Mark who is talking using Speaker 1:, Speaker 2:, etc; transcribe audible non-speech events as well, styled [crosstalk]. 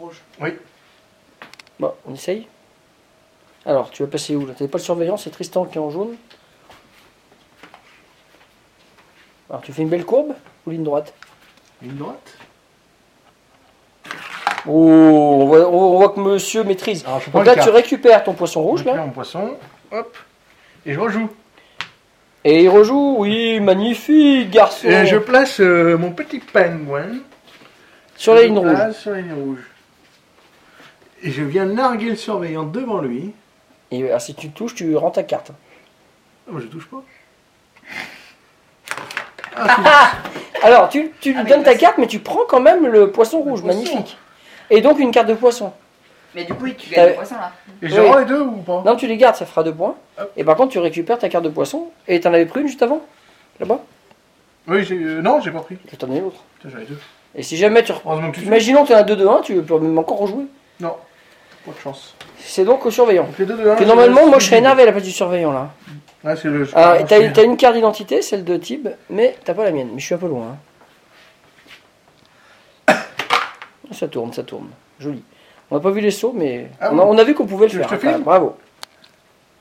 Speaker 1: rouge.
Speaker 2: Bon, Bah, on essaye Alors, tu veux passer où là T'es pas le surveillant, c'est Tristan qui est en jaune. Alors, tu fais une belle courbe ou ligne droite
Speaker 3: Une droite
Speaker 2: Oh, on voit, on voit que monsieur maîtrise.
Speaker 3: Alors je prends
Speaker 2: Donc
Speaker 3: une
Speaker 2: là, tu
Speaker 3: carte.
Speaker 2: récupères ton poisson rouge,
Speaker 3: Je prends
Speaker 2: là,
Speaker 3: mon poisson, hop, et je rejoue.
Speaker 2: et il rejoue. Oui, magnifique, garçon
Speaker 3: Et je place euh, mon petit pingouin
Speaker 2: Sur la ligne
Speaker 3: Je le
Speaker 2: rouge.
Speaker 3: place Sur la ligne rouge. Et je viens narguer le surveillant devant lui.
Speaker 2: Et alors, si tu touches, tu rends ta carte.
Speaker 3: Ah, mais je touche pas.
Speaker 2: Alors, tu, tu lui
Speaker 1: Ah, mais
Speaker 2: donnes ta
Speaker 1: vas-y.
Speaker 2: carte, mais tu prends quand même le poisson rouge,
Speaker 3: poisson.
Speaker 2: magnifique. Et donc une carte de poisson.
Speaker 1: Mais du coup, tu
Speaker 2: T'as-
Speaker 1: gagnes le poisson là.
Speaker 3: Et je
Speaker 2: Oui.
Speaker 3: rends les deux ou pas
Speaker 2: Non, tu les gardes, ça fera deux points.
Speaker 3: Hop.
Speaker 2: Et par contre, tu récupères ta carte de poisson. Et t'en avais pris une juste avant Là-bas
Speaker 3: Oui, j'ai- euh, non, j'ai pas pris.
Speaker 2: Je vais t'en donner l'autre.
Speaker 3: Putain, j'en ai deux.
Speaker 2: Et si jamais tu. re-
Speaker 3: Heureusement que tu fais.
Speaker 2: Imaginons que tu as un 2-2-1, tu peux même encore rejouer.
Speaker 3: Non, pas de chance.
Speaker 2: C'est donc au surveillant.
Speaker 3: Donc les deux de un,
Speaker 2: Que
Speaker 3: c'est
Speaker 2: normalement,
Speaker 3: le-
Speaker 2: moi je serais énervé à la place du surveillant là.
Speaker 3: Ouais, c'est le.
Speaker 2: Alors,
Speaker 3: c'est
Speaker 2: t'as
Speaker 3: le-
Speaker 2: t'as une carte d'identité, celle de Tib, mais t'as pas la mienne. Mais je suis un peu loin.
Speaker 3: [coughs]
Speaker 2: hein. Ça tourne, ça tourne. Joli. On n'a pas vu les sauts, mais
Speaker 3: Ah
Speaker 2: on, a,
Speaker 3: bon
Speaker 2: on a vu qu'on pouvait le
Speaker 3: Ah Tu veux
Speaker 2: faire.
Speaker 3: que je te
Speaker 2: hein,
Speaker 3: filme
Speaker 2: bravo.